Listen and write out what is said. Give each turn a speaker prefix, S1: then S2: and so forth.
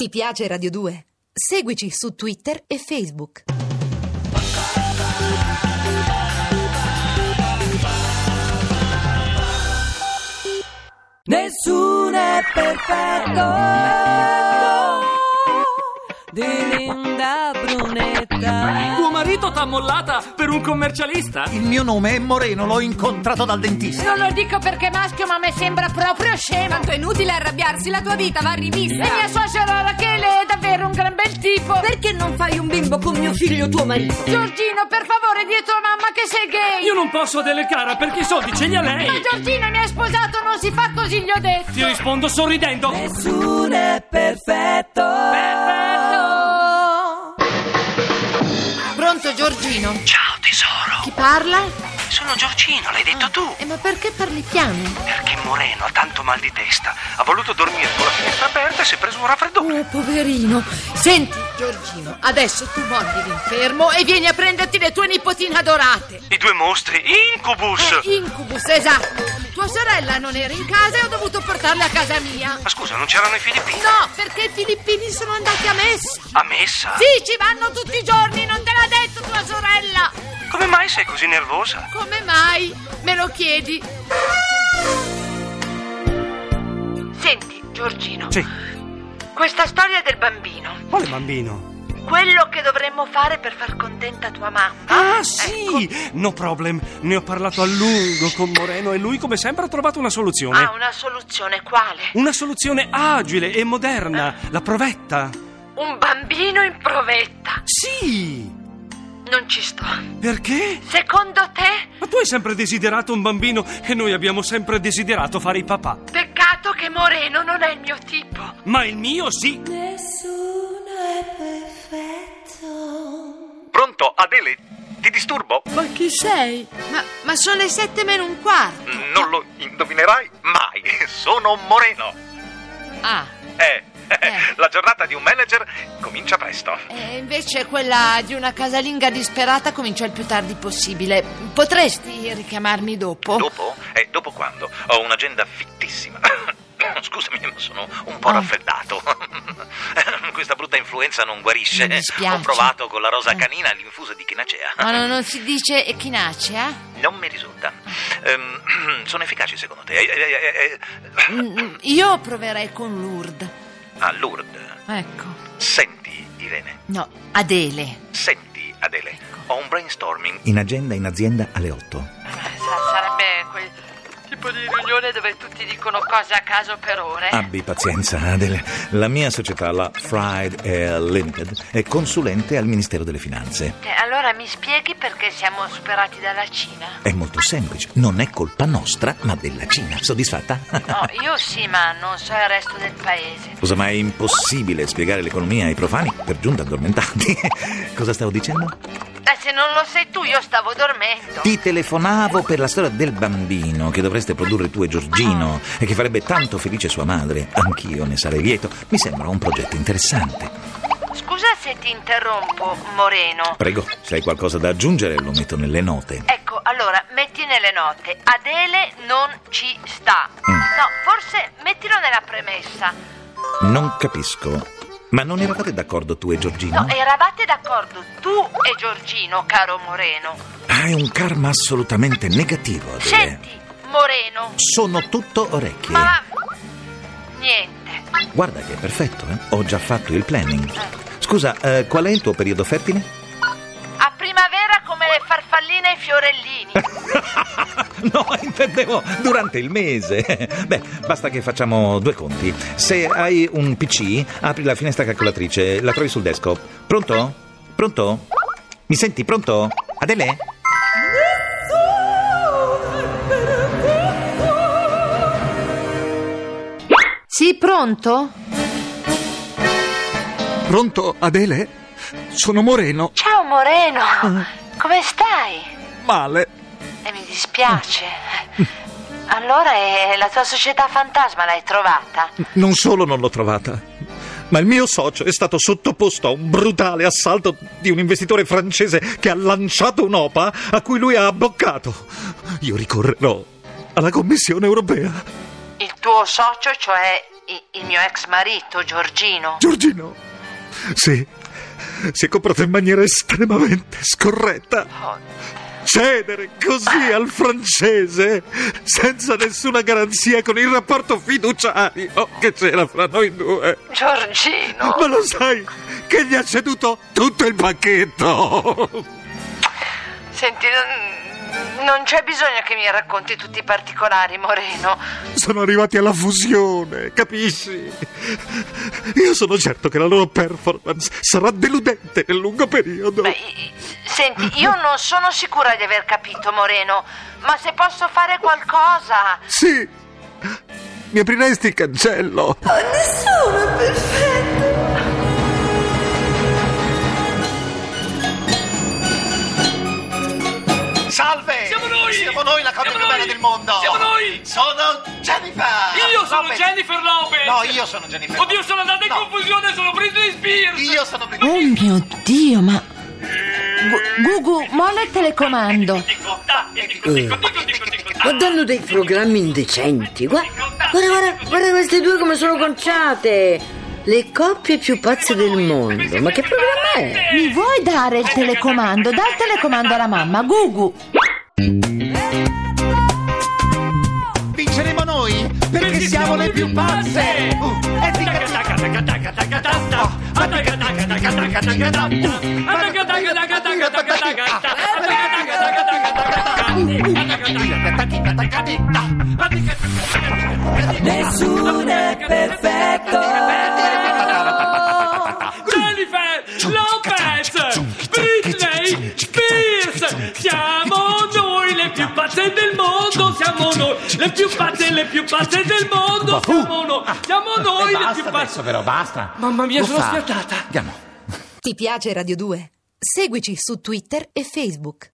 S1: Ti piace Radio 2? Seguici su Twitter e Facebook.
S2: Nessuno è perfetto. Di Linda Brunetta.
S3: Tuo marito t'ha mollata per un commercialista?
S4: Il mio nome è Moreno, l'ho incontrato dal dentista.
S5: Non lo dico perché maschio, ma mi sembra proprio scema.
S6: Tanto è inutile arrabbiarsi, la tua vita va rivista.
S5: E mia suocera Rachele è davvero un gran bel tipo.
S7: Perché non fai un bimbo con mio figlio tuo marito?
S5: Giorgino, per favore, dietro mamma che sei gay.
S3: Io non posso delegare perché so, dicegli a lei.
S5: Ma Giorgino mi ha sposato, non si fa così, gli ho detto.
S3: Ti rispondo sorridendo.
S2: Nessuno è perfetto.
S5: Pronto, Giorgino?
S8: Ciao tesoro,
S5: Chi parla?
S8: sono Giorgino, l'hai detto tu.
S5: E ma perché parli piano?
S8: Perché Moreno ha tanto mal di testa. Ha voluto dormire con la finestra aperta e si è preso un raffreddore.
S5: Oh, poverino. Senti, Giorgino, adesso tu mandi l'infermo e vieni a prenderti le tue nipotine adorate.
S8: I due mostri, Incubus!
S3: Cioè.
S5: Eh, incubus, esatto. Tua sorella non era in casa e ho dovuto portarla a casa mia.
S8: Ma scusa, non c'erano i filippini?
S5: No, perché i filippini sono andati a messa.
S8: A messa?
S5: Sì, ci vanno tutti i giorni, non te l'ha detto tua sorella.
S8: Come mai sei così nervosa?
S5: Come mai? Me lo chiedi.
S9: Senti, Giorgino,
S4: Sì,
S9: questa storia del bambino,
S4: quale bambino?
S9: quello che dovremmo fare per far contenta tua mamma.
S8: ecco.
S4: Ah, sì!
S3: No problem, ne ho parlato a lungo con Moreno e lui come sempre ha trovato una soluzione.
S5: Ah.
S9: Ha una soluzione quale?
S3: Una soluzione agile e moderna, la provetta.
S9: Un bambino in provetta.
S3: Sì!
S9: Non ci sto.
S3: Perché?
S9: Secondo te?
S3: Ma tu hai sempre desiderato un bambino e noi abbiamo sempre desiderato fare i papà.
S9: Peccato che Moreno non è il mio tipo.
S3: Ma il mio sì.
S2: Nessuno è perfetto.
S8: Pronto, Adele, ti disturbo?
S5: Ma chi sei? Ma, ma sono le sette meno un quarto.
S8: Non lo indovinerai mai. Sono Moreno.
S5: Ah,
S8: Eh,
S5: Eh.
S8: la giornata di un manager comincia presto.
S4: Oh.
S5: e invece quella di una casalinga disperata comincia il più tardi possibile. Potresti richiamarmi dopo?
S8: Dopo? Eh, dopo quando? Ho un'agenda fittissima. Scusami, ma sono un
S4: Oh.
S8: po'
S5: Ah.
S8: raffreddato. Questa brutta influenza non guarisce.
S5: Mi dispiace.
S8: Ho provato con la rosa
S5: Eh.
S8: canina l'infuso di chinacea.
S5: Ma no, non si dice echinacea?
S8: Non mi risulta. Ehm, sono efficaci secondo te? Eh, eh, eh, eh,
S5: Mm, Io proverei con Lourdes.
S8: Ah, Lourdes.
S5: Ecco.
S8: Senti, Irene.
S5: No, Adele. Ecco.
S8: Senti, Adele. Ho un brainstorming.
S4: In agenda in azienda alle 8.
S9: Eh, Sa- sarebbe quel tipo di riunione dove tutti dicono cose a caso per
S5: Eh.
S9: ore.
S4: Abbi pazienza, Adele. La mia società, la Fried Air Limited, è consulente al Ministero delle Finanze.
S9: Eh, Allora mi spieghi perché siamo superati dalla Cina?
S4: È molto semplice, non è colpa nostra, ma della Cina. Soddisfatta? Ah,
S9: No, io sì, ma non so il resto del paese.
S4: Cosa mai è impossibile spiegare l'economia ai profani, per giunta addormentati. Cosa stavo dicendo?
S9: Eh, se non lo sei tu, io stavo dormendo.
S4: Ti telefonavo per la storia del bambino che dovreste produrre tu e Giorgino e che farebbe tanto felice sua madre. Anch'io ne sarei lieto. Mi sembra un progetto interessante.
S9: Scusa se ti interrompo, Moreno.
S4: Prego, se hai qualcosa da aggiungere lo metto nelle note.
S9: Ecco, allora, metti nelle note. Adele non ci sta. No, forse mettilo nella premessa.
S4: Non capisco. Ma non eravate d'accordo tu e Giorgino?
S9: No, eh. eravate d'accordo tu e Giorgino, caro Moreno.
S4: Ah, è un karma assolutamente negativo, Adele.
S9: Senti, Moreno.
S4: Sono tutto orecchie.
S9: Ma... Niente.
S4: Guarda che è perfetto, eh? Ho già fatto il planning. Scusa, eh, qual è il tuo periodo fertile?
S9: A primavera come le farfalline e i fiorellini.
S4: No, intendevo durante il mese. Beh, basta che facciamo due conti. Se hai un PC, apri la finestra calcolatrice, la trovi sul desktop. Pronto? Pronto? Mi senti pronto? Adele?
S5: Sì, pronto?
S10: Pronto, Adele? Sono Moreno.
S9: Ciao Moreno, come stai?
S10: Male.
S9: Eh, mi dispiace. Allora eh, la tua società fantasma l'hai trovata?
S10: Non solo non l'ho trovata, ma il mio socio è stato sottoposto a un brutale assalto di un investitore francese che ha lanciato un'opa a cui lui ha abboccato. Io ricorrerò alla Commissione europea.
S9: Il tuo socio, cioè I- il mio ex marito, Giorgino.
S10: Giorgino, sì, si è comportato in maniera estremamente scorretta.
S9: Oh,
S10: Cedere così al francese, senza nessuna garanzia con il rapporto fiduciario che c'era fra noi due.
S9: Giorgino!
S10: Ma lo sai che gli ha ceduto tutto il pacchetto?
S9: Senti, non, non c'è bisogno che mi racconti tutti i particolari, Moreno.
S10: Sono arrivati alla fusione, capisci? Io sono certo che la loro performance sarà deludente nel lungo periodo.
S9: Beh, i- i- senti, io non sono sicura di aver capito, Moreno, ma se posso fare qualcosa...
S10: Sì, mi apriresti il cancello.
S11: Salve! Siamo noi! Siamo noi la coppia più bella del mondo!
S12: Siamo noi!
S11: Sono Jennifer!
S12: Io sono
S11: Lopez.
S12: Jennifer Lopez!
S11: No, io sono Jennifer Lopez.
S12: Oddio, sono andata in
S11: No.
S12: confusione, sono Britney Spears!
S11: Io sono Britney
S5: Oh mio Dio, ma. Gu- Gugu, molla il telecomando.
S13: Guardando dei programmi indecenti. Gua- Guarda, guarda, guarda queste due come sono conciate. Le coppie più pazze del mondo. Ma che programma è?
S5: Mi vuoi dare il telecomando? Dai il telecomando alla mamma, Gugu.
S11: Vinceremo noi perché siamo le più pazze! Uh, è
S14: Nessuno è perfetto.
S12: Jennifer Lopez! Britney Spears! Siamo noi le più pazze del mondo! Siamo noi le più pazze, le più pazze del mondo! Siamo noi! Siamo noi le più pazze!
S15: Adesso però basta.
S12: Mamma mia, sono
S15: Uffa.
S12: spiattata!
S15: Andiamo.
S5: Ti piace Radio 2? Seguici su Twitter e Facebook.